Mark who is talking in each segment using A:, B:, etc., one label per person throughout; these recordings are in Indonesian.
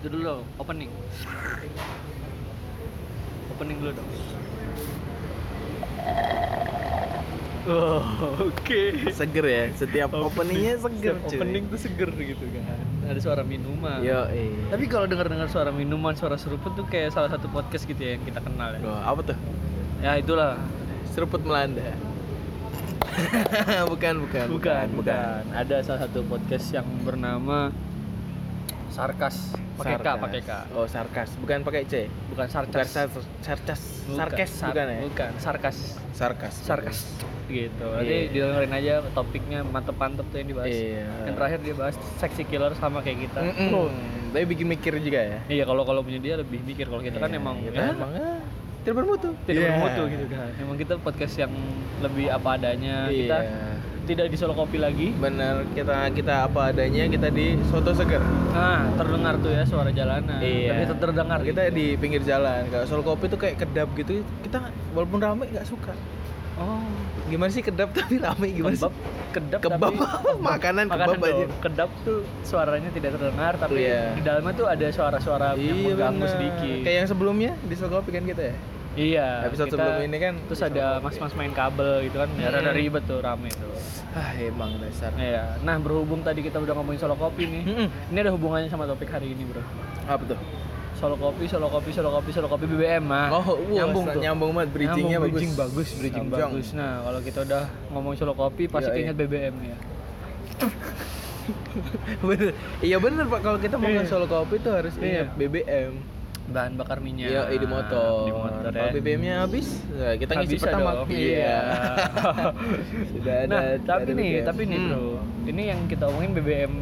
A: Itu dulu dong, opening. Opening dulu dong. Oh, oke.
B: Seger ya, setiap openingnya seger
A: Setiap
B: cuy.
A: Opening Nah. tuh seger gitu kan. Ada suara minuman.
B: Yo, eh.
A: Tapi kalau dengar-dengar suara minuman, suara seruput tuh kayak salah satu podcast gitu ya yang kita kenal ya.
B: Loh, apa tuh?
A: Ya itulah.
B: Seruput Melanda. bukan, bukan,
A: Bukan, bukan. Ada salah satu podcast yang bernama Sarkas. Pakai K,
B: Sarkas.
A: pakai K.
B: Oh, sarkas. Bukan pakai
A: Bukan
B: C. Bukan
A: Sarkas.
B: sar- sarkas.
A: Bukan,
B: Sarkas
A: sar-
B: bukan ya?
A: Bukan, Sarkas.
B: Sarkas.
A: Sarkas gitu. Nanti
B: Iya.
A: didengerin aja topiknya mantep-mantep tuh yang dibahas.
B: Iya.
A: Yang terakhir dia bahas sexy killer sama kayak kita.
B: Mm-mm. Tapi bikin mikir juga ya.
A: Iya, kalau kalau punya dia lebih mikir kalau kita kan
B: Iya,
A: emang
B: kita
A: ya,
B: emang ah, tidak bermutu.
A: tidak
B: Iya.
A: bermutu gitu kan. Emang kita podcast yang lebih apa adanya.
B: Iya.
A: Kita tidak di solo kopi lagi.
B: Bener kita kita apa adanya kita di soto seger.
A: Nah, terdengar tuh ya suara jalanan. Tapi ter- terdengar
B: Iya. Kita
A: gitu.
B: ya di pinggir jalan. Kalau soal kopi tuh kayak kedap gitu. Kita walaupun rame nggak suka.
A: Oh,
B: Gimana sih kedap tapi rame gimana sih?
A: kebab, kedap
B: Kebab.
A: tapi
B: Makanan
A: makanan
B: kebab aja.
A: dong. Kedap tuh suaranya tidak terdengar tapi
B: Iya.
A: di dalamnya tuh ada suara-suara yang mengganggu
B: bener.
A: sedikit.
B: Kayak yang sebelumnya di soal kopi kan kita ya.
A: Iya.
B: Episode
A: kita-
B: sebelum ini kan
A: terus
B: di
A: ada
B: Solo Kopi.
A: mas-mas main kabel gitu kan. Ya
B: Hmm.
A: rada ribet tuh rame tuh.
B: Ah emang dasar.
A: Iya. Nah, berhubung tadi kita udah ngomongin solo kopi nih.
B: Mm-mm.
A: Ini ada hubungannya sama topik hari ini, Bro.
B: Apa tuh?
A: Solo kopi, solo kopi, solo kopi, solo kopi BBM mah.
B: Oh,
A: ah.
B: wah,
A: Nah, nyambung tuh.
B: nyambung banget bridgingnya
A: Nyambung,
B: bagus.
A: bridging bagus, bridging
B: Sangjong.
A: bagus. Nah, kalau kita udah ngomong solo kopi pasti
B: Yoi.
A: keinget BBM ya.
B: bener. Iya bener Pak kalau kita mau
A: Iya.
B: ke Solo Kopi tuh harus
A: Iya.
B: ingat BBM.
A: Bahan bakar minyak.
B: Iya, eh, di motor.
A: Di motor.
B: Kalau
A: ya.
B: BBM-nya habis, nah, kita
A: Nggak
B: ngisi
A: bisa
B: pertama.
A: dong. Iya.
B: Sudah ada.
A: nah,
B: sudah
A: tapi
B: ada
A: nih,
B: BBM.
A: tapi nih
B: Hmm.
A: bro, ini yang kita omongin BBM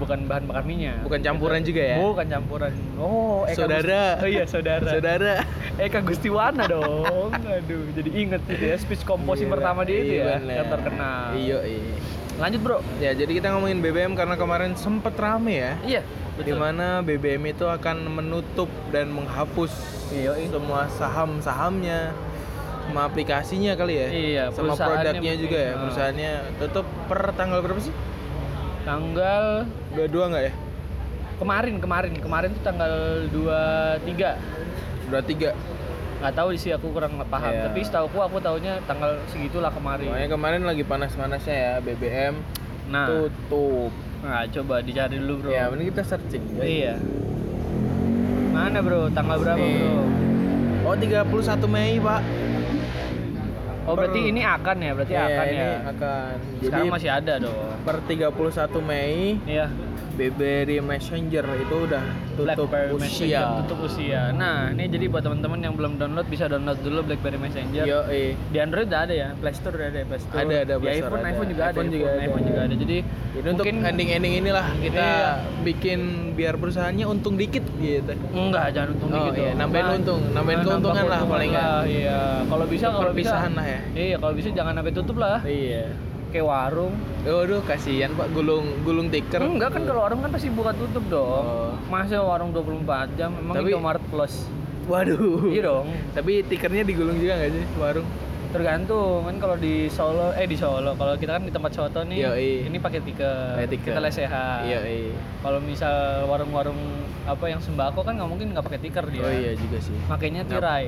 A: bukan bahan bakar minyak.
B: Bukan campuran juga ya?
A: Bukan campuran. Oh, Eka
B: Saudara.
A: Gusti- Oh iya, saudara.
B: Saudara.
A: Eka Gustiwana dong. Aduh, jadi inget gitu ya speech composing
B: Gila,
A: pertama dia itu
B: iya
A: ya,
B: bener.
A: yang terkenal.
B: Iya, iya.
A: Lanjut, Bro.
B: Ya, jadi kita ngomongin BBM karena kemarin sempet rame ya.
A: Iya,
B: Di mana BBM itu akan menutup dan menghapus
A: Iya, iya.
B: semua saham-sahamnya sama aplikasinya kali ya.
A: Iya,
B: sama
A: perusahaannya
B: produknya juga ya.
A: mungkin. Ah.
B: Perusahaannya tutup per tanggal berapa sih?
A: Tanggal
B: 22 nggak ya?
A: kemarin kemarin kemarin tuh tanggal 23
B: 23.
A: nggak tahu sih aku kurang paham
B: Iya.
A: tapi setahu aku tahunya tanggal segitulah
B: Makanya
A: kemarin
B: kemarin lagi panas-panasnya ya BBM
A: nah
B: tutup.
A: nah coba dicari dulu bro
B: Ya, mending kita searching.
A: iya mana bro tanggal berapa
B: Nih.
A: bro
B: Oh, 31 Mei, Pak.
A: oh berarti
B: Per-
A: ini akan ya berarti
B: Iya,
A: akan
B: ini
A: ya
B: akan. Jadi
A: sekarang masih ada dong
B: per 31 Mei
A: iya
B: BlackBerry Messenger itu udah tutup
A: BlackBerry
B: usia.
A: Messenger tutup usia nah ini jadi buat teman-teman yang belum download bisa download dulu BlackBerry Messenger
B: Yo, eh.
A: di Android udah ada ya Play Store udah ada ya Play Store
B: Ada, ada,
A: di
B: Play Store
A: iPhone
B: ada.
A: iPhone juga
B: iPhone
A: ada
B: juga
A: iPhone,
B: ada.
A: iPhone juga ada jadi
B: Jadi untuk
A: mungkin
B: ending-ending inilah kita
A: Iya.
B: bikin biar perusahaannya untung dikit gitu.
A: enggak jangan untung
B: Oh,
A: dikit
B: iya,
A: dong.
B: nambahin
A: Nah,
B: untung, nambahin
A: nah,
B: keuntungan
A: nambah
B: lah
A: keuntungan
B: paling nggak.
A: lah, iya kalau bisa kalau bisa
B: Perpisahan lah ya.
A: iya kalau bisa jangan sampai tutup lah
B: Iya.
A: kayak warung
B: Waduh, kasihan Pak gulung gulung tikar.
A: enggak kan kalau warung kan pasti buka tutup dong
B: Oh.
A: masa warung 24 jam emang
B: Tapi-
A: Indomaret Plus
B: Waduh.
A: iya dong
B: Tapi tikernya digulung juga nggak sih warung?
A: tergantung kan kalau di Solo eh di Solo kalau kita kan di tempat soto nih
B: Yoi.
A: ini pakai tiket
B: Pakai tiket.
A: kita lesehan
B: Iya, iya.
A: kalau misal warung-warung apa yang sembako kan nggak mungkin nggak pakai tikar dia
B: Oh iya juga sih.
A: makainya
B: Nggak-
A: tirai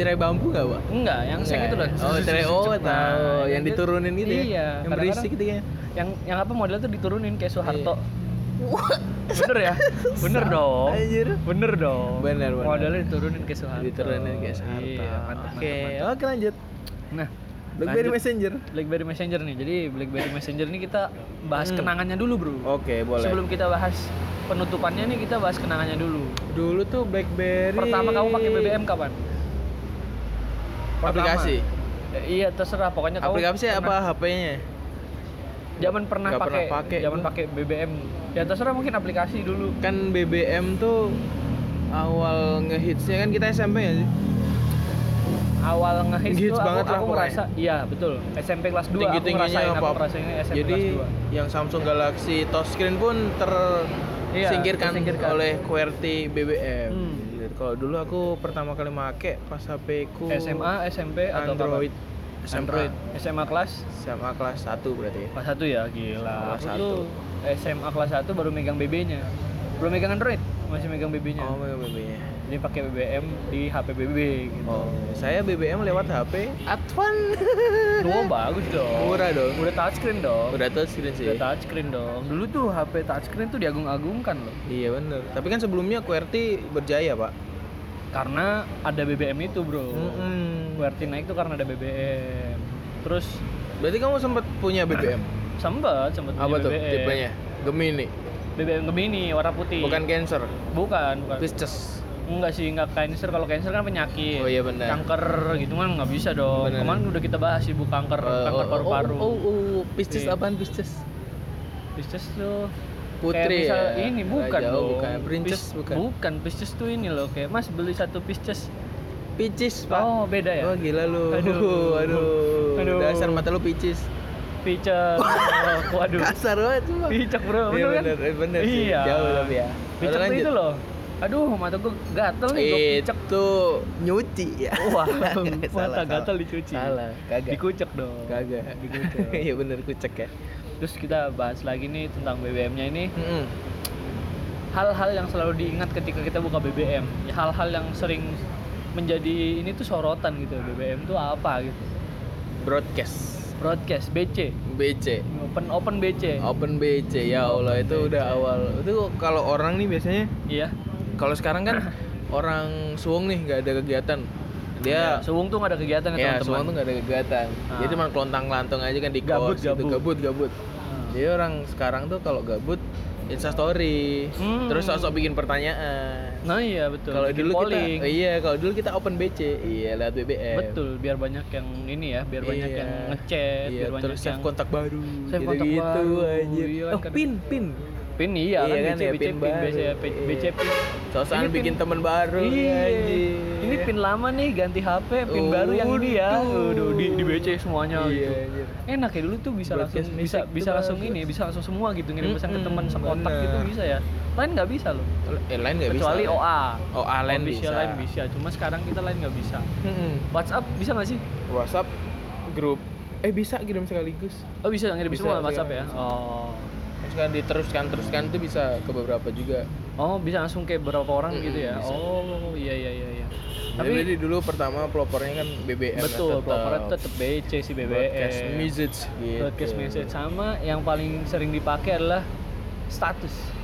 B: Tirai bambu nggak Pak?
A: enggak yang seng itu loh
B: Nggak ya? Oh, tirai oh
A: Nah,
B: tahu, yang
A: itu-
B: diturunin gitu ya.
A: iya
B: Yang berisik gitu ya.
A: kadang-kadang yang yang apa modelnya tuh diturunin kayak Soeharto
B: Iya.
A: bener ya bener dong
B: Anjir.
A: bener dong
B: Bener, bener.
A: modelnya diturunin kayak Soeharto
B: Diturunin kayak Soeharto.
A: iya, mantap,
B: Oke,
A: mantap, mantap.
B: oke lanjut.
A: nah
B: BlackBerry
A: lanjut.
B: Messenger.
A: BlackBerry Messenger nih jadi BlackBerry Messenger nih kita bahas
B: Hmm.
A: kenangannya dulu bro
B: Oke, boleh.
A: sebelum kita bahas penutupannya nih kita bahas kenangannya dulu
B: Dulu tuh BlackBerry.
A: pertama kamu pakai BBM kapan Pertama.
B: Aplikasi.
A: Eh, iya terserah pokoknya kamu
B: Aplikasi apa
A: pernah-
B: HP-nya?
A: zaman pernah
B: Nggak
A: pakai
B: pernah pakai
A: zaman
B: gua.
A: pakai BBM ya terserah mungkin aplikasi dulu
B: Kan BBM tuh awal ngehitsnya kan kita SMP ya sih.
A: awal ngehits
B: Ngehits
A: tuh
B: banget
A: aku,
B: lah
A: aku
B: pokoknya.
A: ngerasa iya betul SMP kelas 2 aku
B: Tinggi-tingginya
A: ngerasain aku
B: apa-
A: ngerasain SMP
B: Jadi
A: kelas Iya,
B: yang Samsung Galaxy touchscreen pun tersingkirkan
A: tersingkirkan.
B: oleh QWERTY BBM.
A: Hmm.
B: Gitu. Kalau dulu aku pertama kali make pas
A: 2
B: HP ku
A: SMA SMP atau apa
B: Android SMA.
A: Android SMA kelas
B: SMA kelas 1 berarti ya.
A: kelas 1 ya gila aku
B: Kelas satu.
A: tuh SMA kelas 1 baru megang BB nya belum megang Android masih megang BB-nya
B: Oh, megang BBM.
A: jadi pakai BBM di HP BB gitu
B: Oh, saya BBM lewat HP Advan.
A: Duo bagus dong
B: Murah dong.
A: udah touchscreen dong
B: Udah touchscreen sih.
A: udah touchscreen dong dulu tuh HP touchscreen tuh diagung-agungkan loh
B: Iya bener. Tapi kan sebelumnya QWERTY berjaya pak.
A: karena ada BBM itu bro QWERTY naik tuh karena ada BBM terus
B: Berarti kamu sempat punya BBM?
A: sempet sempet punya
B: Apa tuh
A: BBM.
B: tipenya? Gemini.
A: BBM Gemini warna putih
B: Bukan Cancer.
A: bukan bukan
B: Pisces.
A: enggak sih enggak cancer kalau cancer kan penyakit
B: Oh iya benar.
A: kanker gitu kan nggak bisa dong
B: Benar.
A: kemarin udah kita bahas ibu kanker kanker paru-paru
B: Oh, oh, oh, Pisces
A: Iya.
B: apaan Pisces?
A: Pisces tuh
B: Putri
A: kayak misal,
B: ya.
A: ini bukan
B: Raja, oh,
A: dong
B: bukan. Princess
A: Pis-
B: bukan.
A: bukan Pisces tuh ini loh kayak mas beli satu Pisces
B: Pisces pak.
A: oh beda ya
B: Wah gila lu.
A: Aduh.
B: Aduh.
A: Aduh.
B: Dasar mata lu Pisces.
A: Pisces Oh, waduh
B: Kasar banget lu.
A: Picek bro
B: Iya
A: bener kan
B: bener, eh, bener sih.
A: Iya.
B: Jauh tapi ya.
A: Picek tuh itu loh aduh mata gue gatel nih gue picek
B: Itu nyuci ya.
A: wah mata
B: salah.
A: gatel dicuci
B: Salah, kagak.
A: dikucek dong
B: Kagak.
A: dikucek
B: Iya bener kucek ya.
A: terus kita bahas lagi nih tentang BBM-nya ini
B: Mm-mm.
A: hal-hal yang selalu diingat ketika kita buka BBM Ya, hal-hal yang sering menjadi ini tuh sorotan gitu BBM tuh apa gitu
B: Broadcast
A: broadcast BC
B: BC.
A: open open BC
B: Open BC ya Allah itu
A: Open
B: udah
A: BC.
B: awal. Itu kalau orang nih biasanya
A: iya
B: kalau sekarang kan orang suwung nih nggak ada kegiatan.
A: Iya,
B: Dia
A: Suwung tuh gak ada kegiatan ya
B: ya, suwung tuh
A: teman-teman
B: nggak ada kegiatan.
A: Ah.
B: Jadi cuma kelontang lantung aja kan di
A: Gabut,
B: kos gitu.
A: gabut. Ah.
B: gabut gabut. Jadi orang sekarang tuh kalau gabut instastory,
A: Hmm.
B: terus sok-sok bikin pertanyaan.
A: nah iya betul
B: Kalau
A: Bikin
B: dulu
A: polling.
B: kita, iya kalau dulu kita open BC, iya lewat BBM.
A: betul biar banyak yang ini ya biar banyak
B: Iya.
A: yang ngechat
B: Iya,
A: biar banyak
B: terus save
A: yang
B: kontak baru.
A: Save kontak
B: gitu-gitu,
A: baru,
B: anjir.
A: iya
B: oh,
A: kan.
B: pin, pin.
A: pin iya,
B: Iya
A: kan
B: kan,
A: BC
B: ya,
A: BC
B: pin
A: pin BC
B: baru.
A: pin,
B: Iya.
A: BC pin Ini
B: Sosokan
A: pin-
B: bikin temen baru.
A: Iya.
B: anjir.
A: Ini pin lama nih ganti HP, pin baru yang ini ya.
B: Waduh.
A: Waduh, di, di BC semuanya
B: Iya,
A: gitu.
B: anjir.
A: Enak ya dulu tuh bisa langsung
B: Broadcast
A: bisa
B: music
A: bisa
B: tuh
A: langsung
B: bagus.
A: ini, bisa langsung semua gitu ngirim pesan ke
B: Mm-mm,
A: teman sekotak gitu
B: bener.
A: bisa ya. Lain nggak bisa loh.
B: Eh, lain nggak bisa.
A: Kecuali OA.
B: Oh, lain bisa.
A: Official lain bisa, cuma sekarang kita lain nggak bisa.
B: Mm-mm.
A: WhatsApp bisa nggak sih?
B: WhatsApp grup. Eh bisa kirim sekaligus.
A: Oh bisa ngirim
B: Bisa, iya.
A: semua
B: bisa,
A: WhatsApp ya.
B: bisa.
A: Oh.
B: Terus kan diteruskan teruskan itu bisa ke beberapa juga.
A: Oh, bisa langsung kayak berapa orang
B: Mm-mm,
A: gitu ya.
B: bisa.
A: Oh, iya iya iya iya.
B: Tapi
A: Tapi
B: Jadi dulu pertama pelopornya kan BBM.
A: betul, proper
B: tetap
A: tetap BC si BBM.
B: Broadcast message gitu.
A: E. broadcast message sama yang paling sering dipakai adalah status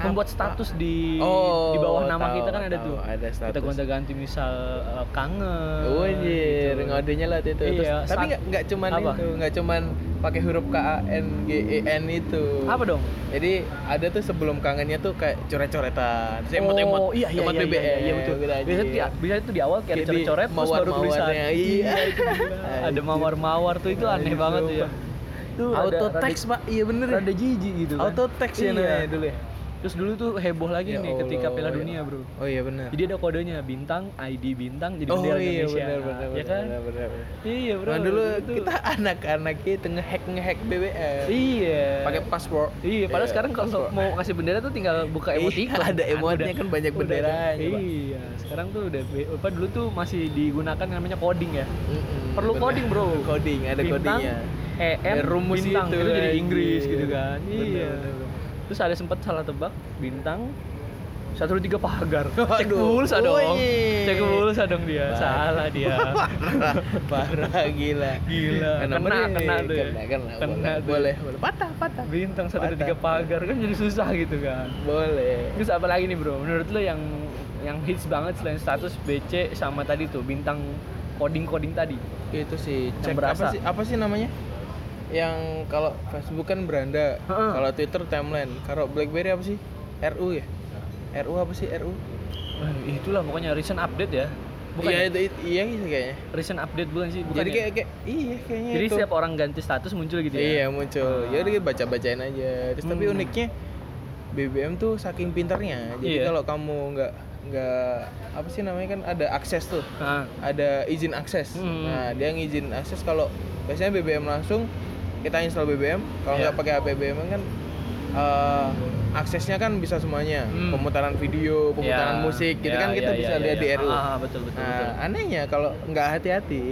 A: membuat status di
B: Ah, Oh,
A: di bawah nama
B: tahu,
A: kita kan ada
B: tahu,
A: tuh
B: ada status.
A: kita gonta-ganti misal eh, kangen
B: Oh anjir,
A: gitu.
B: ngodenya lah itu.
A: Iya,
B: Terus, tapi
A: sat-
B: nggak nggak cuman
A: apa?
B: itu, nggak cuman pakai huruf K A N G E N itu.
A: apa dong
B: Jadi ada tuh sebelum kangennya tuh kayak coret-coretan, terus emot-emot,
A: oh iya iya
B: emot
A: iya,
B: BBM,
A: iya, iya, betul
B: gitu
A: biasanya
B: anjir.
A: di, biasanya itu di awal kayak ada
B: Kayak di
A: coret-coret terus baru
B: mawar-mawarnya,
A: tulisan
B: iya.
A: itu gila. ada
B: Anjir.
A: mawar-mawar tuh itu aneh
B: Anjir,
A: banget tuh ya
B: sumpah.
A: tuh
B: Auto text pak, iya bener. ya.
A: ada jijik gitu kan
B: Auto text ya
A: Iya.
B: namanya dulu ya.
A: terus dulu tuh heboh lagi
B: Ya
A: nih ketika Piala
B: Allah, ya.
A: Dunia bro
B: Oh iya bener.
A: Jadi ada kodenya bintang, ID bintang, jadi
B: oh
A: bendera
B: iya
A: Indonesia.
B: bener bener
A: ya kan?
B: bener, bener, bener.
A: Iya bro.
B: Nah, dulu
A: itu-
B: kita anak-anak itu ngehack ngehack BBM.
A: Iya.
B: Pakai password.
A: Iya, padahal
B: Iya,
A: sekarang kalau
B: password.
A: mau kasih bendera tuh tinggal buka
B: Iya,
A: emoticon.
B: ada
A: kan?
B: emotnya kan banyak
A: udah
B: bendera
A: ada-
B: aja, Pak.
A: Iya, sekarang tuh udah be- apa dulu tuh masih digunakan namanya coding ya.
B: Mm-mm,
A: Perlu
B: bener.
A: coding, bro.
B: Hmm, Coding, ada
A: bintang,
B: codingnya.
A: EM,
B: Ada rumus
A: bintang, itu,
B: gitu,
A: jadi
B: anjir.
A: Inggris gitu kan.
B: Bener,
A: iya.
B: bener, bener.
A: Terus ada sempat salah tebak bintang satu tiga pagar. Cek
B: Waduh.
A: pulsa dong.
B: Wih.
A: Cek pulsa dong dia.
B: Baik.
A: Salah dia.
B: parah, parah gila.
A: Gila,
B: Kenapa
A: kena,
B: nih?
A: kena tuh ya.
B: Kena, kena,
A: Kena tuh.
B: boleh,
A: ya.
B: boleh, boleh. Patah, patah.
A: bintang satu dari
B: Patah.
A: tiga pagar kan jadi susah gitu kan
B: Boleh.
A: terus apa lagi nih bro menurut lo yang yang hits banget selain status BC sama tadi tuh bintang coding coding tadi
B: Itu sih
A: Yang
B: cek
A: berasa.
B: apa sih apa sih namanya? Yang kalau Facebook kan beranda,
A: Heeh.
B: kalau Twitter timeline, kalau BlackBerry apa sih? RU ya? RU apa sih RU?
A: Wah, itulah pokoknya recent update ya bukan
B: Iya
A: ya?
B: itu, itu iya gitu kayaknya.
A: recent update bukan sih bukan
B: Jadi
A: ya?
B: kayak, kayak iya kayaknya
A: jadi
B: itu.
A: setiap orang ganti status muncul gitu
B: Iya
A: ya
B: muncul. Ya udah kita baca-bacain aja. Terus tapi
A: Hmm.
B: uniknya BBM tuh saking pintarnya. Jadi
A: Iya.
B: kalau kamu nggak nggak apa sih namanya kan ada akses tuh.
A: Ah,
B: Ada izin akses.
A: Hmm.
B: Nah, dia ngizin akses kalau biasanya BBM langsung kita install BBM. Kalau
A: Iya.
B: nggak pakai HP BBM kan eh, aksesnya kan bisa semuanya.
A: Hmm.
B: Pemutaran video, pemutaran
A: ya.
B: musik gitu
A: Ya,
B: kan kita
A: ya,
B: bisa
A: ya,
B: lihat
A: ya,
B: di
A: ya.
B: RU.
A: Ah, betul betul,
B: Nah,
A: betul.
B: anehnya kalau nggak hati-hati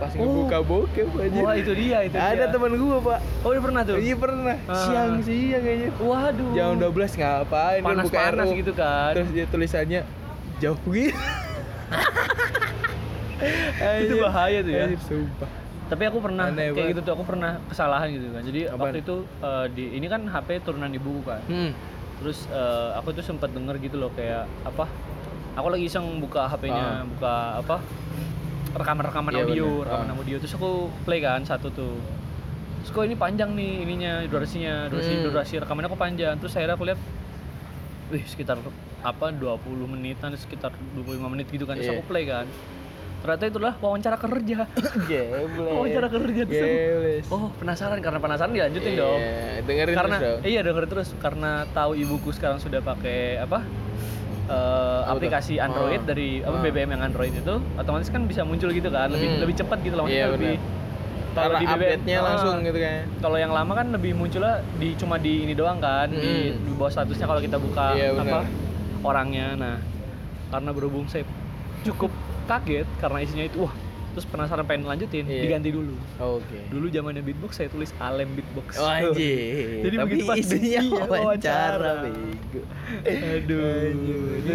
B: pas
A: Oh.
B: ngebuka bokep aja.
A: Wah itu dia itu. dia.
B: Ada teman gua, Pak.
A: Oh udah pernah tuh.
B: Iya pernah.
A: Ah.
B: Siang-siang kayaknya.
A: Waduh.
B: Jam 12 ngapain dia buka
A: Panas-panas
B: RU.
A: gitu kan.
B: Terus dia tulisannya jauh gitu.
A: Itu bahaya tuh ya.
B: Anjir, sumpah.
A: Tapi aku pernah kayak
B: Aneh banget.
A: gitu tuh aku pernah kesalahan gitu kan. Jadi
B: Apaan?
A: waktu itu eh, di ini kan HP turunan ibu kan.
B: Hmm.
A: Terus eh, aku tuh sempat denger gitu loh kayak apa? Aku lagi iseng buka
B: Ah.
A: HP-nya, buka apa? rekaman-rekaman
B: Iya,
A: audio,
B: bener.
A: rekaman
B: Ah.
A: audio. Terus aku play kan satu tuh. Terus kok ini panjang nih ininya durasinya, durasi
B: Hmm.
A: durasi rekamannya kok panjang. Terus akhirnya aku lihat wih sekitar apa 20 menitan sekitar 25 menit gitu kan. Terus
B: Iya.
A: aku play kan. Ternyata itulah wawancara kerja.
B: Gebles.
A: Wawancara Oh, kerja tuh seru.
B: Gebles.
A: Oh, penasaran karena penasaran dilanjutin
B: Iya,
A: dong.
B: Dengerin
A: Karena
B: terus dong.
A: iya denger terus karena tahu ibuku sekarang sudah pakai apa? eh,
B: Apa
A: aplikasi
B: tuh?
A: Android
B: Ah,
A: dari apa
B: ah.
A: BBM yang Android itu otomatis kan bisa muncul gitu kan, lebih
B: Hmm.
A: lebih cepat gitu loh
B: Iya,
A: maksudnya lebih
B: Karena
A: di BBM,
B: update-nya
A: ah,
B: langsung gitu kan.
A: Kalau yang lama kan lebih munculnya di cuma di ini doang kan, di,
B: Hmm.
A: di bawah statusnya kalau kita buka
B: Iya,
A: apa
B: benar.
A: orangnya. Nah, karena berhubung saya cukup kaget karena isinya itu wah, terus penasaran pengen lanjutin,
B: Iya.
A: diganti dulu.
B: Oke.
A: Dulu zamannya beatbox saya tulis Alem Beatbox.
B: Oh, anjir.
A: Jadi
B: Tapi
A: begitu pas
B: isinya
A: iya, wawancara.
B: wawancara, bego. Aduh,
A: Aduh,
B: itu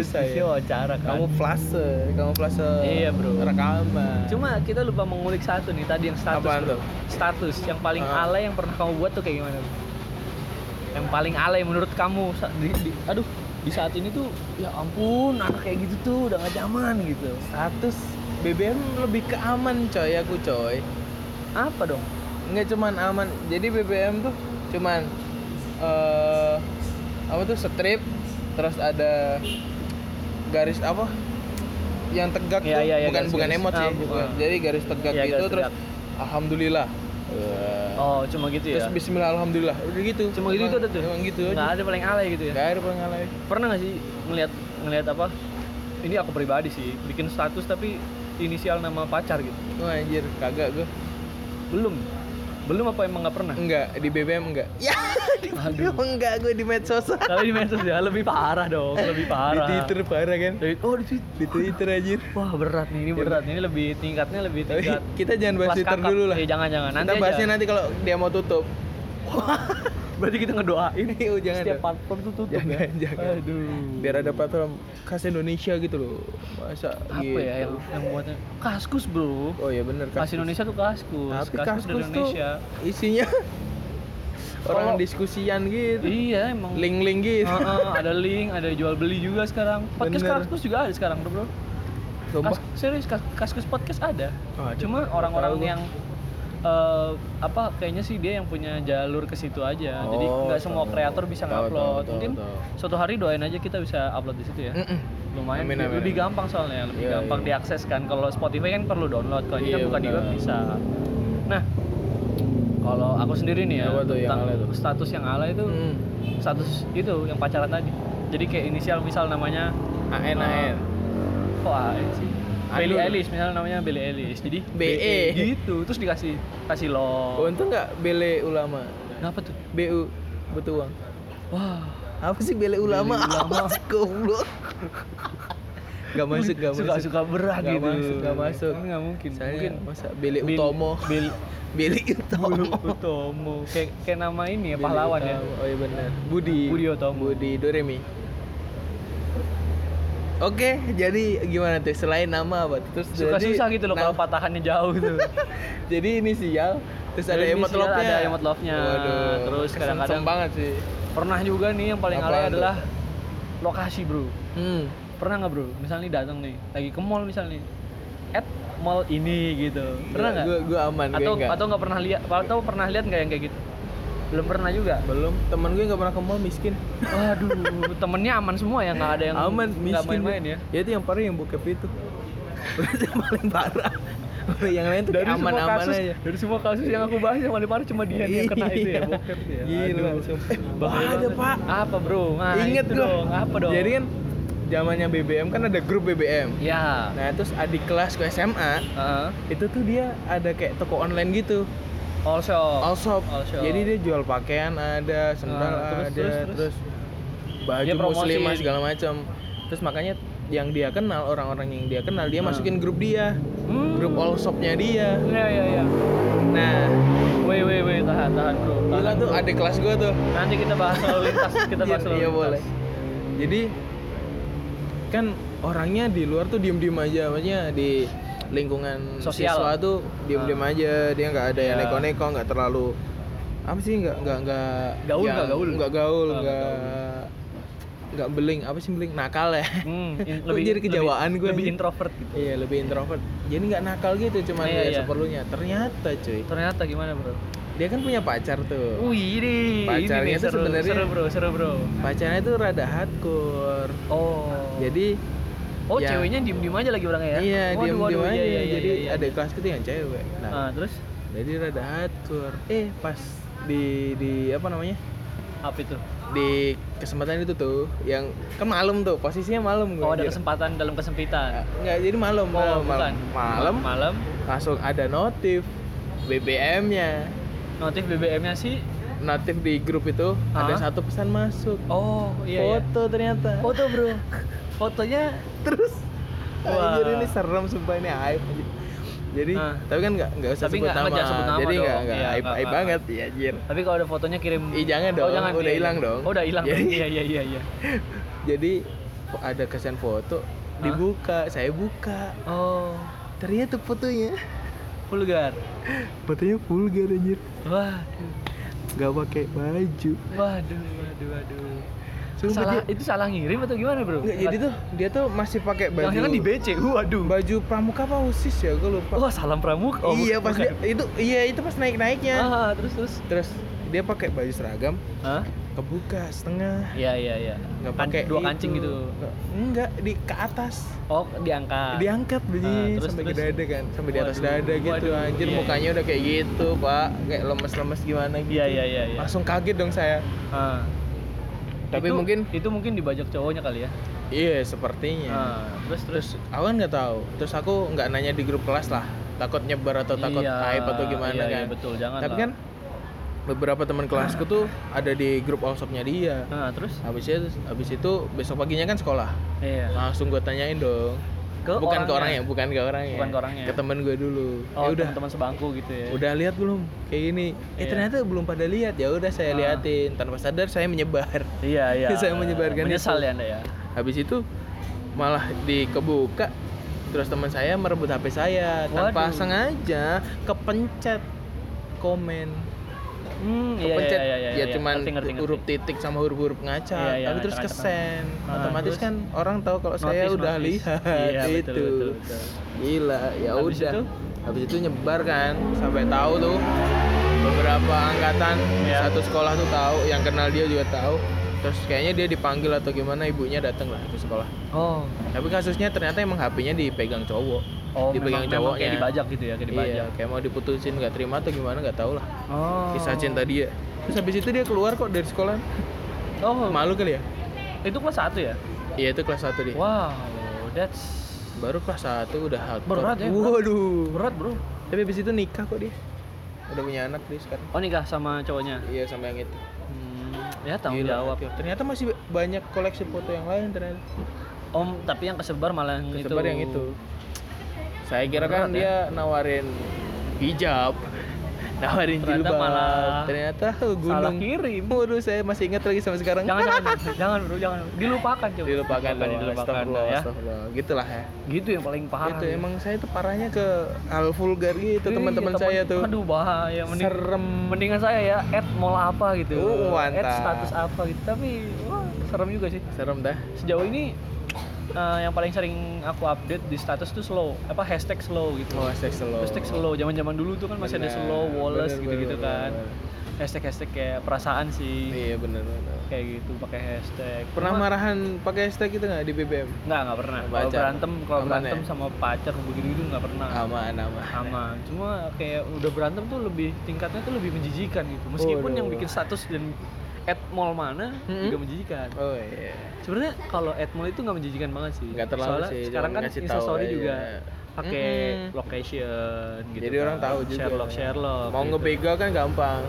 A: itu
B: saya.
A: saya wawancara kan.
B: Kamu flase, kamu flase.
A: Iya, bro.
B: Rekaman.
A: Cuma kita lupa mengulik satu nih tadi yang status.
B: Apaan
A: bro.
B: tuh?
A: Status yang paling
B: Ah.
A: alay yang pernah kamu buat tuh kayak gimana? bro? Yang paling alay menurut kamu sa- di- di- aduh di saat ini tuh ya ampun anak kayak gitu tuh udah gak zaman gitu.
B: status BBM lebih ke aman coy aku coy.
A: Apa dong?
B: Nggak cuman aman. Jadi BBM tuh cuman eh apa tuh strip terus ada garis apa? Yang tegak
A: Iya,
B: tuh
A: iya, iya,
B: bukan
A: garis-
B: bukan
A: garis.
B: emot
A: Ah,
B: sih.
A: bukan.
B: bukan. Jadi garis tegak
A: Iya,
B: gitu
A: garis
B: terus
A: tegak.
B: alhamdulillah. Wah.
A: Oh, cuma gitu ya.
B: Terus bismillah alhamdulillah. Udah gitu.
A: Cuma gitu
B: Emang-
A: itu ada tuh.
B: Emang gitu aja.
A: Nggak ada paling alay gitu ya.
B: Gak ada pengalai.
A: pernah nggak sih ngelihat ngelihat apa ini aku pribadi sih bikin status tapi inisial nama pacar gitu
B: Wah anjir, kagak gue.
A: Nah. belum belum apa emang nggak pernah
B: Enggak, di BBM enggak. Ya, di
A: Aduh.
B: BBM enggak gue di medsos.
A: kalau di medsos ya lebih parah dong lebih parah
B: Eh, Di Twitter parah kan?
A: Jadi, oh di Twitter.
B: Di Twitter anjir.
A: wah berat nih ini berat ini lebih tingkatnya lebih
B: Tapi
A: tingkat
B: kita jangan bahas
A: kelas
B: Twitter
A: kakap.
B: dulu lah.
A: Eh, jangan jangan nanti
B: kita
A: aja.
B: bahasnya nanti kalau dia mau tutup.
A: berarti kita ngedoain
B: Ini oh, jangan.
A: setiap
B: dong.
A: platform tuh tutup
B: Jangan,
A: ya
B: jangan.
A: aduh
B: Biar ada platform khas Indonesia gitu loh. Masa
A: apa
B: gitu.
A: ya yang yang buatnya kaskus bro
B: Oh ya bener
A: kas Indonesia tuh kaskus kaskus,
B: Tapi
A: dari
B: kaskus tuh
A: Indonesia
B: isinya orang
A: Kalau- Ah,
B: diskusian gitu.
A: iya emang
B: Link-link gitu.
A: Heeh, ada link, ada jual beli juga sekarang. Podcast
B: Bener.
A: Kaskus juga ada sekarang, bro. bro.
B: Sumpah.
A: Kas- serius Kas- Kaskus podcast ada.
B: Oh, ada.
A: Cuma
B: Tahu
A: orang-orang
B: gua.
A: yang eh, apa kayaknya sih dia yang punya jalur ke situ aja. Jadi
B: Oh,
A: nggak semua
B: tahu.
A: kreator bisa ngupload.
B: Tahu, tahu, tahu,
A: Mungkin
B: tahu.
A: suatu hari doain aja kita bisa upload di situ ya.
B: Mm-mm.
A: Lumayan
B: Amin,
A: lebih-
B: amin,
A: lebih
B: amin.
A: gampang soalnya, lebih
B: Iya,
A: gampang
B: iya.
A: diakses kan. Kalau Spotify kan perlu download, kalau ini kan
B: Iya,
A: bukan di web
B: benar.
A: bisa. Nah, kalau aku sendiri nih ya
B: Apa tuh yang
A: tentang
B: alay tuh?
A: status yang alay itu
B: Hmm.
A: status itu yang pacaran tadi jadi kayak inisial misal namanya eh,
B: AN AN.
A: kok AE sih Billy
B: Aduh.
A: Eilish misal namanya Billy Eilish jadi
B: BE.
A: gitu terus dikasih kasih lo
B: Untung nggak bele ulama.
A: kenapa tuh
B: BU butuh uang.
A: wah
B: Apa sih bele ulama?
A: Bele ulama.
B: Apa sih goblok? gak masuk, gak
A: suka
B: masuk.
A: suka berat
B: Nggak
A: gitu
B: masuk, nggak masuk.
A: Kan nggak mungkin
B: Saya
A: mungkin
B: masa bele
A: Bil-
B: utomo.
A: Bil
B: Bele
A: Bulu
B: utomo.
A: Utomo kayak kayak nama ini ya pahlawan ya
B: Oh iya benar. Budi.
A: Budi Utomo.
B: Budi Doremi. Oke, jadi gimana tuh selain nama apa? tuh? Terus
A: suka
B: jadi nah.
A: susah gitu loh
B: nama-
A: kalau patahannya jauh tuh
B: Jadi inisial, terus ada
A: Jadi
B: emot
A: inisial,
B: love-nya.
A: ada emot love-nya.
B: Waduh,
A: Terus
B: kesengsem
A: kadang-kadang-
B: banget sih.
A: pernah juga nih yang paling
B: Apaan
A: alay
B: tuh?
A: adalah lokasi bro
B: Hmm.
A: pernah nggak bro misalnya nih datang nih lagi ke mall misalnya nih at mall ini gitu pernah nggak
B: Gue gue aman, gue
A: atau
B: enggak.
A: atau nggak pernah lihat atau pernah lihat nggak yang kayak gitu belum pernah juga
B: belum temen gue nggak pernah ke mall miskin
A: waduh temennya aman semua ya nggak ada yang
B: aman
A: nggak
B: miskin
A: main-main ya
B: ya itu yang parah yang bokep itu itu yang paling parah yang lain tuh
A: dari
B: aman
A: semua
B: aman
A: kasus
B: aja
A: dari semua kasus yang aku bahas yang paling parah cuma dia nih yang kena itu ya
B: Iya.
A: bokep tuh ya
B: Gila,
A: Aduh.
B: langsung. Eh,
A: Bahaya
B: ada,
A: banget.
B: Pak.
A: apa bro nah,
B: inget
A: itu
B: gue
A: dong apa dong
B: jadi kan zamannya BBM kan ada grup BBM
A: ya
B: nah terus adik kelas ke SMA
A: Heeh.
B: itu tuh dia ada kayak toko online gitu
A: all shop
B: all shop,
A: Oh. All shop.
B: jadi dia jual pakaian ada sendal
A: Ah, terus,
B: ada
A: terus,
B: terus,
A: terus.
B: baju
A: Dia promosi.
B: muslimah segala macam terus makanya yang dia kenal orang-orang yang dia kenal dia
A: Ah.
B: masukin grup dia
A: Hmm.
B: grup all shopnya dia
A: Iya iya iya.
B: nah
A: Wait wait wait tahan tahan bro. Tahan.
B: gila tuh ada kelas gua tuh
A: Nanti kita bahas lalu lintas, kita bahas
B: Iya,
A: lalu
B: iya
A: lintas.
B: boleh jadi kan orangnya di luar tuh diem-diem aja maksudnya di lingkungan
A: Sosial. Ah.
B: siswa tuh diem-diem aja dia nggak ada yang
A: Iya.
B: neko-neko nggak terlalu apa sih nggak nggak nggak
A: Gaul,
B: yang-
A: nggak gaul.
B: nggak gaul
A: Oh, nggak
B: nggak nggak beling apa sih beling nakal ya
A: Hmm, in-
B: Kok jadi kejawaan
A: lebih,
B: gua
A: lebih
B: nih?
A: introvert gitu.
B: iya lebih introvert jadi nggak nakal gitu cuman
A: Iya,
B: ya
A: iya.
B: seperlunya ternyata cuy
A: Ternyata gimana bro?
B: dia kan punya pacar tuh
A: Wih, ini,
B: Pacarnya
A: ini nih,
B: tuh
A: seru,
B: sebenarnya-
A: seru bro, seru bro.
B: pacarnya tuh rada hardcore
A: Oh,
B: jadi
A: oh
B: ya.
A: ceweknya diem diem aja lagi orangnya ya?
B: Iya,
A: Waduh,
B: diam diam
A: waduh,
B: aja.
A: iya, iya, iya,
B: jadi
A: iya,
B: ada kelas kita yang cewek. Nah,
A: Ah, terus
B: jadi rada hardcore. Eh, pas di di apa namanya?
A: apa itu?
B: Di kesempatan itu tuh yang kan malam tuh, posisinya malam gue.
A: Oh, ada kesempatan dalam kesempitan.
B: Enggak, jadi malam.
A: Oh,
B: malam,
A: bukan.
B: Ya. malam. Malam
A: Malam.
B: langsung ada notif BBM-nya.
A: Notif BBM-nya sih.
B: Notif di grup itu ada
A: Ah.
B: satu pesan masuk.
A: Oh, iya.
B: Foto
A: iya.
B: ternyata.
A: Foto bro. Fotonya
B: terus.
A: Wah.
B: Anjir ini serem sumpah ini aib anjir. Jadi,
A: Ah.
B: tapi kan nggak nggak usah
A: Tapi
B: sebut,
A: nggak-
B: nama.
A: nggak sebut nama
B: Jadi nggak
A: dong.
B: nggak
A: Iya,
B: aib
A: nggak-
B: aib
A: nggak.
B: banget ya anjir.
A: Tapi kalau ada fotonya kirim.
B: Ih, jangan
A: Oh,
B: dong.
A: jangan.
B: Udah
A: iya,
B: hilang
A: iya.
B: dong.
A: Oh, udah hilang.
B: Jadi-
A: Iya, iya, iya, iya.
B: Jadi ada kesan foto dibuka, saya buka.
A: Oh,
B: Ternyata fotonya
A: vulgar.
B: fotonya vulgar anjir.
A: Wah,
B: Gak pakai baju.
A: waduh, waduh, waduh.
B: Sumpah,
A: salah,
B: dia-
A: itu salah ngirim atau gimana, Bro?
B: Nggak, jadi tuh dia tuh masih pakai baju.
A: Jangan-jangan kan di BC. Waduh.
B: baju pramuka apa usis ya, gue lupa.
A: Wah, salam pramuka. Oh,
B: iya,
A: bukan,
B: pas dia,
A: bukan.
B: itu iya itu pas naik-naiknya.
A: Ah, terus terus.
B: Terus dia pakai baju seragam,
A: Hah?
B: kebuka setengah.
A: Iya, iya, iya.
B: Nggak
A: Kan-
B: pakai
A: dua
B: itu.
A: kancing gitu.
B: Nggak- Enggak, di ke atas.
A: Oh, diangkat.
B: diangkat bunyi
A: Ah, terus,
B: sampai
A: terus.
B: ke dada kan sampai di atas
A: Waduh,
B: dada gitu
A: waduh,
B: anjir
A: iya,
B: mukanya udah kayak gitu pak kayak lemes-lemes gimana gitu
A: Iya, iya, iya, iya.
B: langsung kaget dong saya
A: Ah.
B: Tapi
A: Itu-
B: mungkin-
A: itu mungkin dibajak cowoknya kali ya.
B: iya sepertinya
A: Ah, terus terus
B: aku kan nggak tahu terus aku nggak nanya di grup kelas lah takut nyebar atau takut
A: Iya,
B: aib atau gimana
A: iya,
B: kan
A: Iya, betul, jangan.
B: tapi
A: lah.
B: kan beberapa teman kelasku tuh ada di grup WhatsApp-nya dia
A: Ah, terus
B: habis itu habis itu besok paginya kan sekolah
A: iya.
B: langsung gue tanyain dong
A: Ke
B: bukan ke
A: orangnya.
B: orangnya bukan ke orangnya
A: Bukan ke orangnya.
B: temen gue dulu
A: Oh,
B: ya udah
A: teman-teman sebangku gitu ya.
B: udah lihat belum kayak gini eh
A: Iya.
B: ternyata belum pada lihat ya udah
A: Ah.
B: saya liatin tanpa sadar saya menyebar
A: Iya, iya.
B: Saya menyebarkan
A: Menyesal
B: itu.
A: ya Anda ya.
B: habis itu malah dikebuka terus teman saya merebut HP saya tanpa
A: Waduh.
B: sengaja kepencet komen
A: Hmm, iya, iya,
B: kepencet
A: iya, iya,
B: ya
A: iya.
B: cuman
A: Ngerti, ngerti, ngerti.
B: huruf titik sama huruf-huruf ngaca
A: Iya, iya,
B: tapi terus
A: ngaca-ngaca.
B: kesen
A: Ah,
B: otomatis
A: terus
B: kan orang tahu kalau saya
A: Notice,
B: udah
A: notice.
B: lihat
A: Iya,
B: itu
A: betul, betul, betul.
B: gila ya
A: Habis
B: udah
A: itu?
B: habis itu nyebar kan sampai tahu tuh beberapa angkatan
A: Iya.
B: satu sekolah tuh tahu yang kenal dia juga tahu terus kayaknya dia dipanggil atau gimana ibunya datang lah ke sekolah
A: Oh,
B: tapi kasusnya ternyata emang HP-nya dipegang cowok
A: oh
B: dipegang
A: memang, memang kayak
B: cowoknya.
A: dibajak gitu ya, kayak
B: iya
A: dibajak.
B: kayak mau diputusin nggak terima atau gimana nggak tahu lah
A: Oh.
B: kisah cinta dia terus habis itu dia keluar kok dari sekolah
A: Oh,
B: malu kali ya
A: itu kelas 1 ya?
B: iya itu kelas 1 dia
A: Wow, that's
B: baru kelas 1 udah hardcore
A: Berat ya, berat.
B: waduh
A: berat, Bro.
B: tapi habis itu nikah kok dia udah punya anak kan? dia sekarang
A: Oh, nikah sama cowoknya.
B: iya sama yang itu
A: Hmm, ya tanggung
B: Gila,
A: jawab.
B: gokil. ternyata masih banyak koleksi foto yang lain ternyata
A: Om, tapi yang kesebar malah yang
B: kesebar
A: itu.
B: yang itu saya kira
A: Berat
B: kan
A: ya.
B: dia nawarin hijab nawarin
A: Ternyata
B: jilbab
A: malah
B: ternyata oh,
A: Salah
B: gunung
A: kirim.
B: waduh saya masih ingat lagi sama sekarang
A: Jangan, jangan, jangan, Bro, jangan. Dilupakan, coba.
B: dilupakan
A: Jangan
B: loh
A: dilupakan
B: astagfirullah
A: ya.
B: astagfirullah gitulah ya
A: Gitu yang paling parah.
B: itu emang saya tuh parahnya ke hal vulgar gitu
A: Ih,
B: teman-teman saya tuh
A: Aduh, bahaya. Mending,
B: serem
A: mendingan saya ya add mall apa gitu.
B: Oh,
A: add
B: mantap.
A: status apa gitu. Tapi wah, serem juga sih.
B: serem dah
A: Sejauh ini eh, yang paling sering aku update di status tuh slow, apa hashtag slow gitu.
B: oh hashtag slow
A: Hashtag slow, zaman-zaman dulu tuh kan masih ada
B: Bener,
A: slow, Wallace
B: bener,
A: gitu-gitu
B: bener,
A: kan. Hashtag-hashtag kayak perasaan sih.
B: iya bener bener
A: Kayak gitu pakai hashtag.
B: pernah marahan pakai hashtag itu nggak di BBM
A: Enggak, enggak pernah. Kalau
B: Pacar.
A: berantem, kalau
B: Aman
A: berantem
B: ya?
A: sama pacar begitu-gitu enggak pernah.
B: aman aman
A: aman cuma kayak udah berantem tuh lebih tingkatnya tuh lebih menjijikan gitu meskipun
B: Waduh.
A: yang bikin status dan at mall mana
B: Mm-mm.
A: juga menjijikan
B: oh iya
A: sebenarnya kalau at mall itu nggak menjijikan banget sih
B: nggak terlalu
A: Soalnya
B: sih
A: sekarang
B: cuma
A: kan
B: ngasih tahu
A: instastory
B: aja.
A: juga pakai
B: Mm-mm.
A: location gitu
B: jadi orang
A: kan.
B: tahu juga
A: Sherlock Sherlock
B: mau
A: gitu.
B: ngebegal kan gampang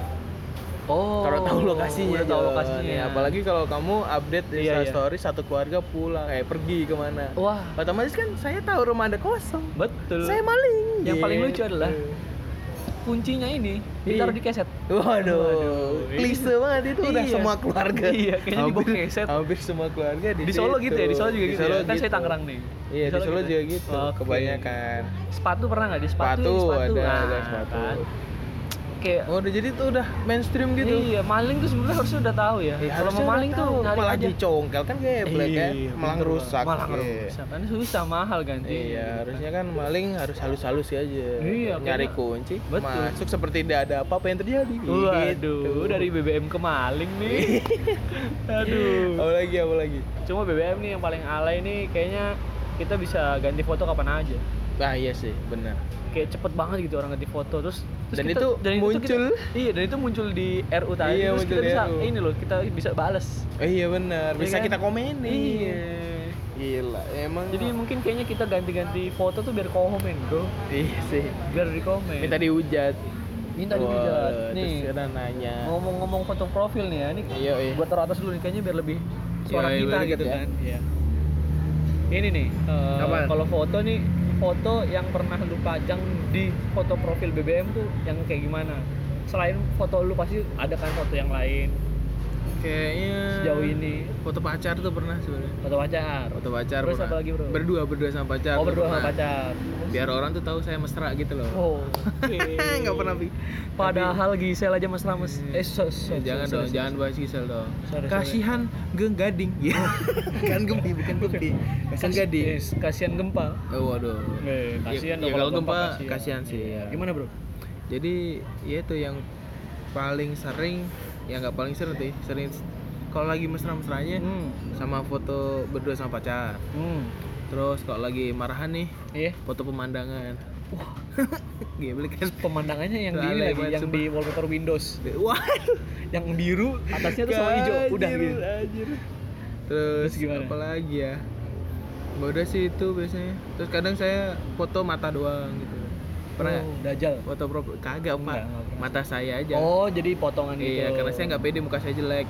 A: Oh.
B: kalau tahu lokasinya
A: Udah tahu
B: Jon.
A: lokasinya.
B: Ya, apalagi kalau kamu update di
A: Iya, iya.
B: story satu keluarga pulang eh pergi kemana
A: wah,
B: otomatis kan saya tahu rumah anda kosong
A: betul.
B: saya maling
A: Yang paling lucu adalah-
B: Gitu.
A: Kuncinya ini ditaruh di keset.
B: Iya. Waduh,
A: Waduh.
B: klise banget itu udah
A: Iya.
B: semua keluarga.
A: Iya, kayaknya di bawah keset.
B: Hampir semua keluarga di
A: Di Solo
B: situ.
A: gitu ya, di Solo juga
B: Di
A: gitu.
B: Solo
A: ya? Kan saya
B: gitu.
A: Tangerang nih.
B: Iya, di Solo juga gitu.
A: ya. Oke.
B: Kebanyakan.
A: Sepatu pernah nggak di sepatu?
B: Sepatu,
A: ini
B: ada,
A: Nah,
B: ada sepatu.
A: kan. Kayak
B: Oh, udah jadi tuh udah mainstream gitu.
A: Iya, maling tuh sebenarnya harusnya udah tahu ya.
B: Ya,
A: Kalau
B: harusnya
A: mau
B: udah
A: maling tuh
B: tahu.
A: nyari
B: malah
A: aja.
B: dicongkel kan geblek
A: Iya,
B: ya, malah
A: bener,
B: rusak.
A: Malah ngerusak. Kan susah mahal ganti.
B: Iya, harusnya kan maling harus halus-halus aja.
A: Iya,
B: nyari
A: kayaknya.
B: kunci,
A: Betul.
B: masuk seperti tidak ada apa-apa yang terjadi. Gitu.
A: Waduh, dari BBM ke maling nih. Aduh.
B: Apa lagi, apa lagi?
A: Cuma BBM nih yang paling alay nih kayaknya kita bisa ganti foto kapan aja.
B: Nah, iya sih, benar.
A: Kayak cepet banget gitu orang ganti foto terus, terus
B: Dan
A: kita-
B: itu
A: tuh
B: muncul.
A: kita, iya dan itu muncul di RU tadi
B: Iya,
A: terus
B: muncul
A: kita
B: di
A: bisa
B: RU.
A: ini loh kita bisa balas
B: Oh, iya benar,
A: Iya
B: bisa
A: kan?
B: kita komenin.
A: iya
B: Gila, emang.
A: jadi mungkin kayaknya kita ganti-ganti foto tuh biar komen bro
B: iya sih.
A: biar di komen
B: Minta dihujat.
A: minta
B: Wah,
A: dihujat.
B: Terus
A: nih Oh.
B: kita nanya.
A: ngomong-ngomong foto profil nih ya ini
B: Iya, iya.
A: buat taruh atas dulu nih kayaknya biar lebih suara
B: Iya, iya,
A: kita
B: bener
A: gitu
B: ya.
A: kan ini nih eh,
B: Apaan?
A: kalau foto nih foto yang pernah lu pajang di foto profil BBM tuh yang kayak gimana selain foto lu pasti ada kan foto yang lain
B: Kayaknya
A: sejauh ini
B: foto pacar tuh pernah sebenarnya.
A: foto pacar
B: Foto pacar
A: Terus
B: pernah.
A: apa lagi, bro?
B: Berdua berdua sama pacar.
A: oh
B: tuh
A: berdua sama
B: pernah.
A: pacar
B: Biar orang tuh tahu saya mesra gitu loh.
A: oh oke.
B: Nggak pernah pi-
A: padahal Gisel aja mesra mes eh so, so,
B: Hmm. jangan
A: so-
B: dong,
A: so-
B: jangan bahas Gisel dong.
A: Sorry, Oh.
B: Kasihan geng gading. Ya. kan gempi bukan gempi. Kasihan gading.
A: Eh, kasihan gempa
B: Oh, waduh.
A: Eh, kasihan
B: ya,
A: dong
B: kalau gempa kasihan sih.
A: Iya.
B: ya.
A: Gimana, Bro?
B: Jadi ya itu yang paling sering, ya nggak paling sering sih, sering kalau lagi mesra-mesranya
A: Hmm.
B: sama foto berdua sama pacar.
A: Hmm.
B: Terus kalau lagi marahan nih,
A: Iya.
B: foto pemandangan. Geblek kan.
A: Pemandangannya yang di
B: Lalai
A: ini lagi
B: banget,
A: yang di wallpaper Windows.
B: Waduh,
A: Yang biru, atasnya tuh sama hijau, udah gitu.
B: Terus,
A: Terus gimana?
B: apa lagi ya? Nggak Udah sih itu biasanya. Terus kadang saya foto mata doang gitu. Pernah nggak?
A: Oh, dajal.
B: Foto pro kagak, Pak.
A: Nggak, nggak pernah.
B: Mata saya aja.
A: Oh, jadi potongan gitu.
B: Iya, karena saya nggak pede muka saya jelek.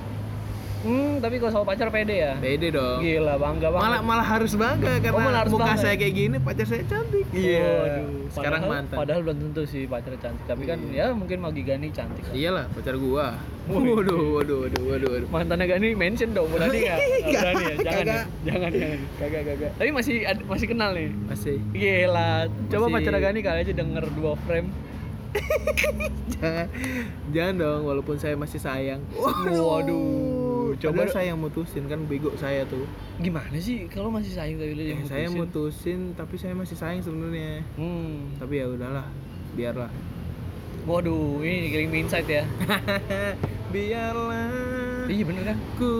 A: Hmm, tapi kalau sama pacar pede ya.
B: Pede dong.
A: Gila, bangga banget. Oh,
B: Malah malah harus bangga karena
A: malah harus
B: muka
A: bangga.
B: saya kayak gini, pacar saya cantik. Iya.
A: Waduh,
B: Sekarang
A: padahal-
B: mantan.
A: Padahal belum tentu sih pacar cantik, tapi kan ya
B: Iya.
A: mungkin Magi Gani cantik. lah.
B: Iyalah, pacar gua.
A: Wih.
B: Waduh, waduh, waduh, waduh, waduh.
A: Mantannya Gani mention dong berani ya. Berani ya, jangan ya.
B: Iya. Kagak.
A: Jangan jangan.
B: Kagak, kagak.
A: Tapi masih ad- masih kenal nih.
B: Masih.
A: Gila, coba
B: Masih-
A: pacar Gani kali aja denger dua frame.
B: jangan jangan dong walaupun saya masih sayang
A: Waduh, coba-
B: coba saya yang mutusin kan bego saya tuh
A: Gimana sih kalau masih sayang tapi lu
B: Eh,
A: yang Iya,
B: saya
A: mutusin?
B: mutusin tapi saya masih sayang sebenarnya
A: Hmm.
B: tapi ya udahlah biarlah
A: Waduh, ini kirim insight ya.
B: biarlah
A: Iya bener kan?
B: ku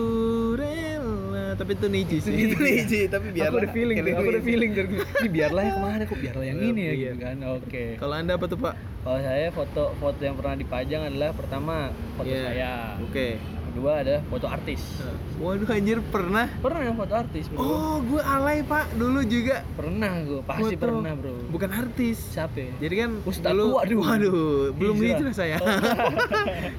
B: rela tapi itu niji sih
A: Itu niji,
B: tapi
A: Aku udah feeling, tuh, aku udah feeling dari Ini biarlah yang kemana kok biarlah yang ini ya
B: Iya.
A: gitu kan. Oke.
B: kalau anda apa tuh pak
A: Kalau saya foto foto yang pernah dipajang adalah pertama foto
B: Iya.
A: saya,
B: oke
A: kedua adalah foto artis.
B: waduh anjir pernah
A: Pernah yang foto artis, bro?
B: oh gue alay pak dulu juga
A: Pernah gue, pasti
B: Foto.
A: pernah, bro.
B: bukan artis
A: Siapa? ya?
B: Jadi kan
A: Ustaz
B: dulu,
A: tua dulu.
B: waduh, belum
A: Hijrah.
B: hijrah saya.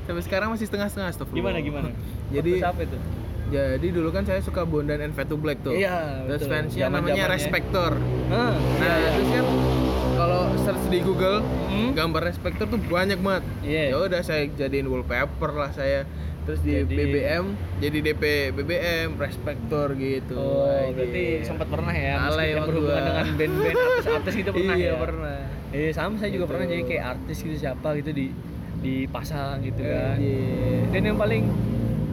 B: Sampai sekarang masih setengah-setengah astagfirullah.
A: Gimana gimana?
B: Jadi-
A: Foto siapa itu?
B: Jadi dulu kan saya suka Bondan and Fat to Black tuh.
A: Iya, betul.
B: Terus fansnya
A: Zaman-zamannya. Iya,
B: namanya Respector.
A: Hah?
B: Nah, terus kan kalau search di Google
A: Hmm?
B: gambar Respector tuh banyak banget.
A: Iya.
B: Ya udah saya jadiin wallpaper lah saya. Terus di
A: Jadi-
B: BBM jadi DP BBM Respector gitu.
A: Oh,
B: Anjir.
A: berarti sempat pernah ya meski
B: Alay
A: yang
B: emang
A: berhubungan
B: gua.
A: dengan band-band artis-artis gitu pernah
B: iya,
A: ya.
B: pernah.
A: Iya, sama saya juga
B: Gitu.
A: pernah jadi kayak artis gitu siapa gitu di dipasang gitu
B: Iya.
A: kan.
B: Anjir.
A: Dan yang paling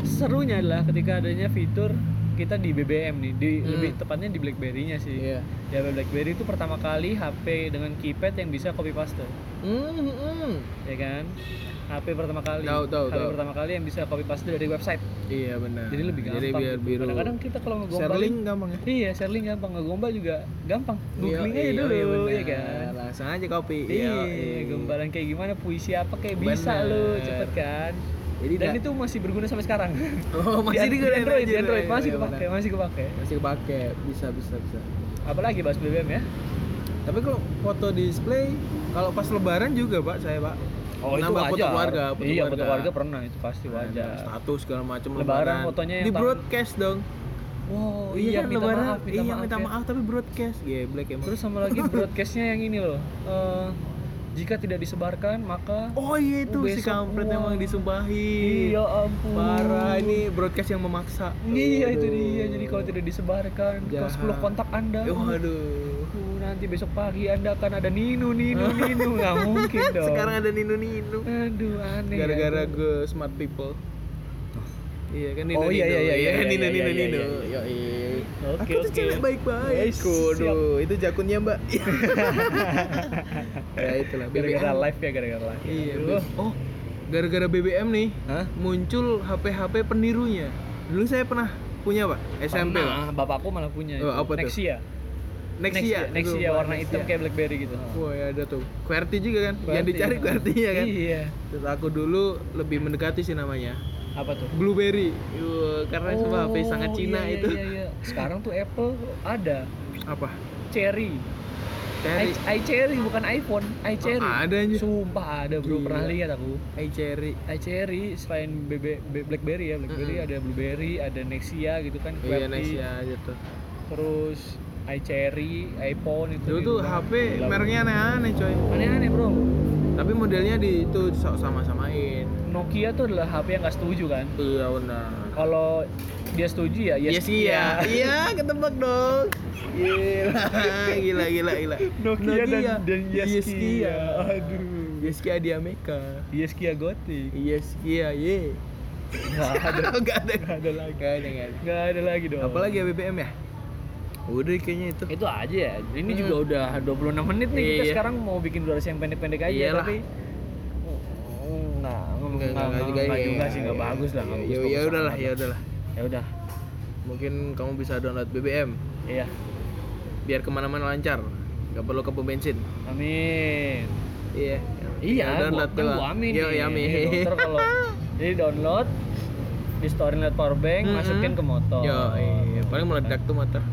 A: serunya adalah ketika adanya fitur kita di BBM nih, di
B: Hmm.
A: lebih tepatnya di BlackBerry-nya sih.
B: Iya.
A: Ya BlackBerry itu pertama kali HP dengan keypad yang bisa copy paste,
B: Hmm, hmm.
A: ya kan? HP pertama kali.
B: Tahu, tahu,
A: HP
B: tahu.
A: pertama kali yang bisa copy paste dari website.
B: Iya benar.
A: Jadi lebih gampang.
B: Jadi biar
A: gitu.
B: biru.
A: Kadang-kadang kita kalau ngegombalin
B: Sharing gampang ya.
A: Iya, sharing gampang. Ngegombal juga gampang. Googling aja dulu,
B: iya,
A: iya
B: benar.
A: kan?
B: Langsung aja kopi.
A: Iya,
B: iya.
A: gombalan kayak gimana, puisi apa kayak bisa
B: Benar.
A: lo, cepet kan?
B: Jadi
A: Dan
B: dah-
A: itu masih berguna sampai sekarang.
B: Oh, masih iya,
A: Di-
B: di ya?
A: di Android, di Android masih kepake, masih kepake.
B: Masih kepake. Bisa, bisa, bisa.
A: Apalagi bahas BBM ya?
B: Tapi kalau foto display, kalau pas lebaran juga, Pak, saya, Pak.
A: Oh itu
B: Nambah
A: wajar.
B: foto keluarga, foto
A: iya foto
B: keluarga. Nah,
A: keluarga pernah itu pasti wajar.
B: status segala macam
A: Lebaran, fotonya yang
B: di
A: tangan-
B: broadcast dong
A: Wow
B: iya, kan,
A: minta
B: lebaran
A: maaf minta
B: iya
A: maaf.
B: minta
A: ya.
B: maaf tapi broadcast geblek ya. emang
A: Terus sama lagi broadcastnya yang ini loh. Eh, jika tidak disebarkan maka
B: oh iya itu
A: Oh,
B: si
A: besok.
B: kampret
A: Wah.
B: emang disumpahi
A: Iya ampun.
B: parah ini broadcast yang memaksa
A: Iya itu
B: Aduh. Eh,
A: dia. Jadi kalau tidak disebarkan,
B: Jahat. Eh,
A: kalau 10 kontak Anda.
B: waduh
A: Uh, nanti besok pagi Anda akan ada Nino Nino Nino nggak mungkin dong.
B: sekarang ada nino nino
A: Aduh aneh. ya
B: gara-gara
A: itu.
B: gue smart people iya kan nino
A: Oh, iya, iya,
B: nino
A: iya, iya,
B: kan,
A: iya,
B: nino
A: iya,
B: nino
A: iya,
B: nino
A: iya, iya.
B: Yoi.
A: Oke,
B: aku tuh
A: oke.
B: cewek baik-baik
A: Yes,
B: Waduh, itu jakunnya mbak ya itulah
A: gara-gara
B: BBM.
A: live ya gara-gara live. ya.
B: Iya.
A: Aduh.
B: Beb. Oh, gara-gara BBM nih
A: Hah?
B: muncul HP-HP penirunya. Dulu saya pernah punya pak SMP
A: Pernah,
B: pak.
A: bapakku malah punya.
B: Oh, apa tuh?
A: Nexia.
B: Nexia.
A: Nexia
B: Aduh,
A: warna hitam
B: Nexia.
A: kayak BlackBerry gitu.
B: Wah ya ada tuh. QWERTY juga kan. Yang
A: QWERTY,
B: dicari
A: nah.
B: QWERTY-nya kan.
A: Iya.
B: Terus aku dulu lebih mendekati sih namanya.
A: Apa tuh?
B: Blueberry. Yuh, karena semua HP sangat
A: Oh,
B: Cina
A: iya,
B: itu.
A: Iya, iya. Sekarang tuh Apple ada
B: Apa?
A: Cherry.
B: Cherry.
A: i Cherry bukan iPhone, i Cherry.
B: Oh, ada anjir.
A: Sumpah ada bro,
B: Gila.
A: pernah lihat aku.
B: Ai cherry.
A: i Cherry selain BB, B- BlackBerry ya, BlackBerry
B: Mm-mm.
A: ada Blueberry, ada Nexia gitu kan,
B: Iya
A: QWERTY,
B: Nexia aja tuh.
A: terus i Cherry, iPhone itu.
B: Dulu tuh
A: gitu.
B: HP
A: Gila, bro.
B: mereknya aneh-aneh coy.
A: aneh-aneh bro.
B: Tapi modelnya di itu sama-samain.
A: Nokia tuh adalah HP yang nggak setuju kan.
B: Iya benar.
A: Kalau dia setuju ya,
B: Yes, iya. Iya, ketebak dong. Gila, gila, gila, gila.
A: Nokia, dan, dan Yes Kia. Aduh.
B: Yes Kia di Amerika.
A: Yes Kia Gotik.
B: Yes Kia, ye.
A: Nggak ada,
B: Enggak iya, ada,
A: nggak ada lagi.
B: enggak ada, enggak ada.
A: Nggak ada lagi dong.
B: Apalagi ya BBM ya? Udah kayaknya itu.
A: itu aja ya ini
B: Hmm.
A: juga udah 26 menit nih
B: Iya,
A: kita
B: iya.
A: sekarang mau bikin durasi yang pendek-pendek aja
B: Iyalah.
A: tapi nah ngomong
B: Enggak, enggak, enggak juga, iya,
A: juga sih
B: iya,
A: nggak
B: iya.
A: bagus lah nggak
B: Ya
A: bagus,
B: ya
A: bagus
B: udahlah,
A: amat.
B: ya udahlah.
A: ya udah
B: Mungkin kamu bisa download BBM
A: iya
B: biar kemana-mana lancar. Gak perlu ke pom bensin.
A: amin
B: Iya.
A: iya
B: Tinggal
A: gua,
B: download
A: kan
B: doang.
A: gua amin
B: Yo,
A: nih.
B: ya, amin.
A: Jadi dokter kalau jadi download di store lihat power bank
B: Mm-mm.
A: masukin ke motor
B: Hmm. Yo, iya. paling meledak tuh motor.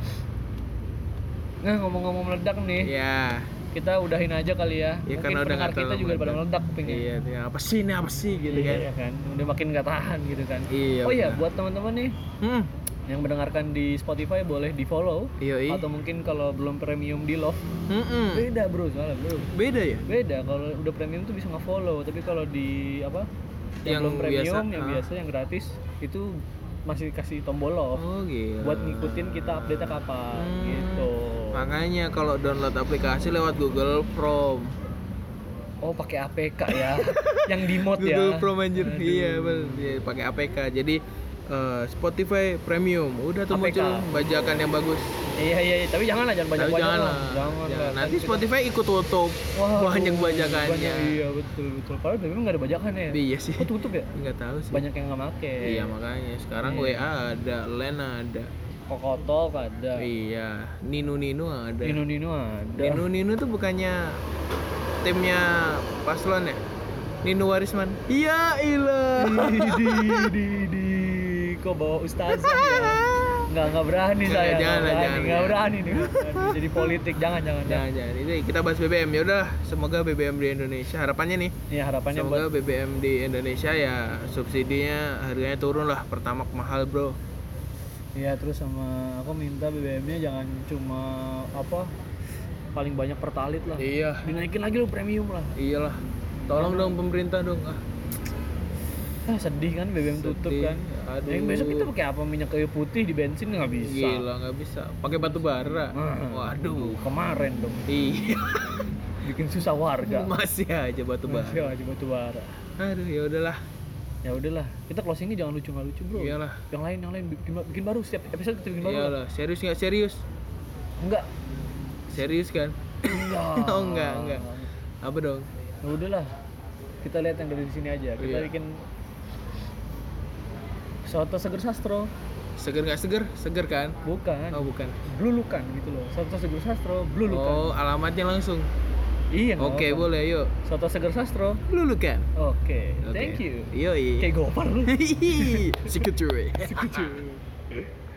A: nah ngomong-ngomong meledak nih
B: Iya.
A: kita udahin aja kali ya, mungkin
B: Iya, karena udah
A: pendengar
B: nggak
A: kita
B: terlalu
A: juga pada
B: meledak.
A: meledak kupingnya
B: Iya, iya. apa sih ini apa sih gitu kan.
A: Iya kan udah makin nggak tahan gitu kan
B: Iya,
A: oh iya
B: benar.
A: buat teman-teman nih
B: Hmm.
A: yang mendengarkan di Spotify boleh di follow
B: Iya, iya. Hmm,
A: atau Iya, mungkin kalau belum premium di love
B: Mm-mm.
A: beda bro soalnya bro
B: Beda ya?
A: beda kalau udah premium tuh bisa nge-follow tapi kalau di apa
B: Yang
A: yang, belum premium
B: biasa,
A: yang
B: ah.
A: biasa yang gratis itu masih kasih tombol love
B: Oh, gila.
A: buat ngikutin kita update nya kapan
B: Hmm.
A: gitu
B: Makanya kalau download aplikasi lewat Google Chrome.
A: oh pakai APK ya yang di mod ya
B: Google Chrome anjir.
A: Aduh.
B: Iya, bener. Iya, pakai APK. Jadi eh, Spotify Premium udah tuh
A: APK.
B: muncul bajakan yang bagus.
A: iya iya iya. tapi jangan lah jangan banyak
B: Tapi
A: banyak
B: jangan
A: lah
B: lah.
A: jangan,
B: Jangan.
A: lah.
B: Nanti
A: Kan kita-
B: Spotify ikut tutup.
A: Waduh,
B: banyak bajakannya.
A: banyak, iya betul betul padahal memang nggak ada bajakannya ya
B: Iya sih.
A: oh tutup ya
B: Enggak tahu sih.
A: banyak yang nggak make
B: Iya, makanya sekarang
A: Iya.
B: WA ada, LAN ada.
A: kokotok ada
B: Iya, Nino Nino ada.
A: nino nino ada
B: Nino Nino tuh bukannya timnya paslon ya? Nino Warisman. Iya, ilah.
A: di di di di kok bawa ustazah ya nggak nggak berani
B: Nggak,
A: saya
B: jangan lah,
A: nggak berani
B: jangan.
A: nggak berani nih nggak berani. jadi politik jangan jangan jangan
B: Jangan jangan itu kita bahas BBM ya udahlah semoga BBM di Indonesia harapannya nih
A: ya harapannya buat
B: semoga BBM di Indonesia ya subsidinya harganya turun lah pertamax mahal bro
A: ya terus sama aku minta BBM-nya jangan cuma apa paling banyak pertalit lah
B: iya
A: dinaikin lagi lo premium lah
B: iyalah tolong dong pemerintah dong ah
A: ah, sedih kan BBM tutup
B: Sedih.
A: kan
B: Aduh.
A: yang besok kita pakai apa minyak kayu putih di bensin nggak bisa
B: gila nggak bisa pakai batu bara
A: Hmm.
B: waduh
A: kemarin dong
B: iya
A: bikin susah warga
B: masih aja batu bara
A: Masih aja batu bara
B: aduh ya udahlah
A: ya udahlah kita closingnya jangan lucu nggak lucu bro
B: iyalah
A: yang lain yang lain bikin, bikin baru setiap episode kita bikin baru lah.
B: iyalah serius nggak serius
A: enggak
B: serius kan
A: enggak
B: Oh, enggak, enggak. apa dong
A: ya udahlah kita lihat yang dari sini aja kita
B: Iya.
A: bikin soto seger sastro
B: seger nggak seger seger kan
A: bukan
B: oh bukan
A: blulukan gitu loh soto seger sastro blulukan
B: oh alamatnya langsung
A: iya nggak
B: Oke,
A: apa-apa.
B: boleh yuk.
A: soto seger sastro
B: Lulu kan?
A: oke
B: Oke.
A: thank you
B: Yoi.
A: kayak gopar lu
B: Hihihi. Secretary.
A: Kucu.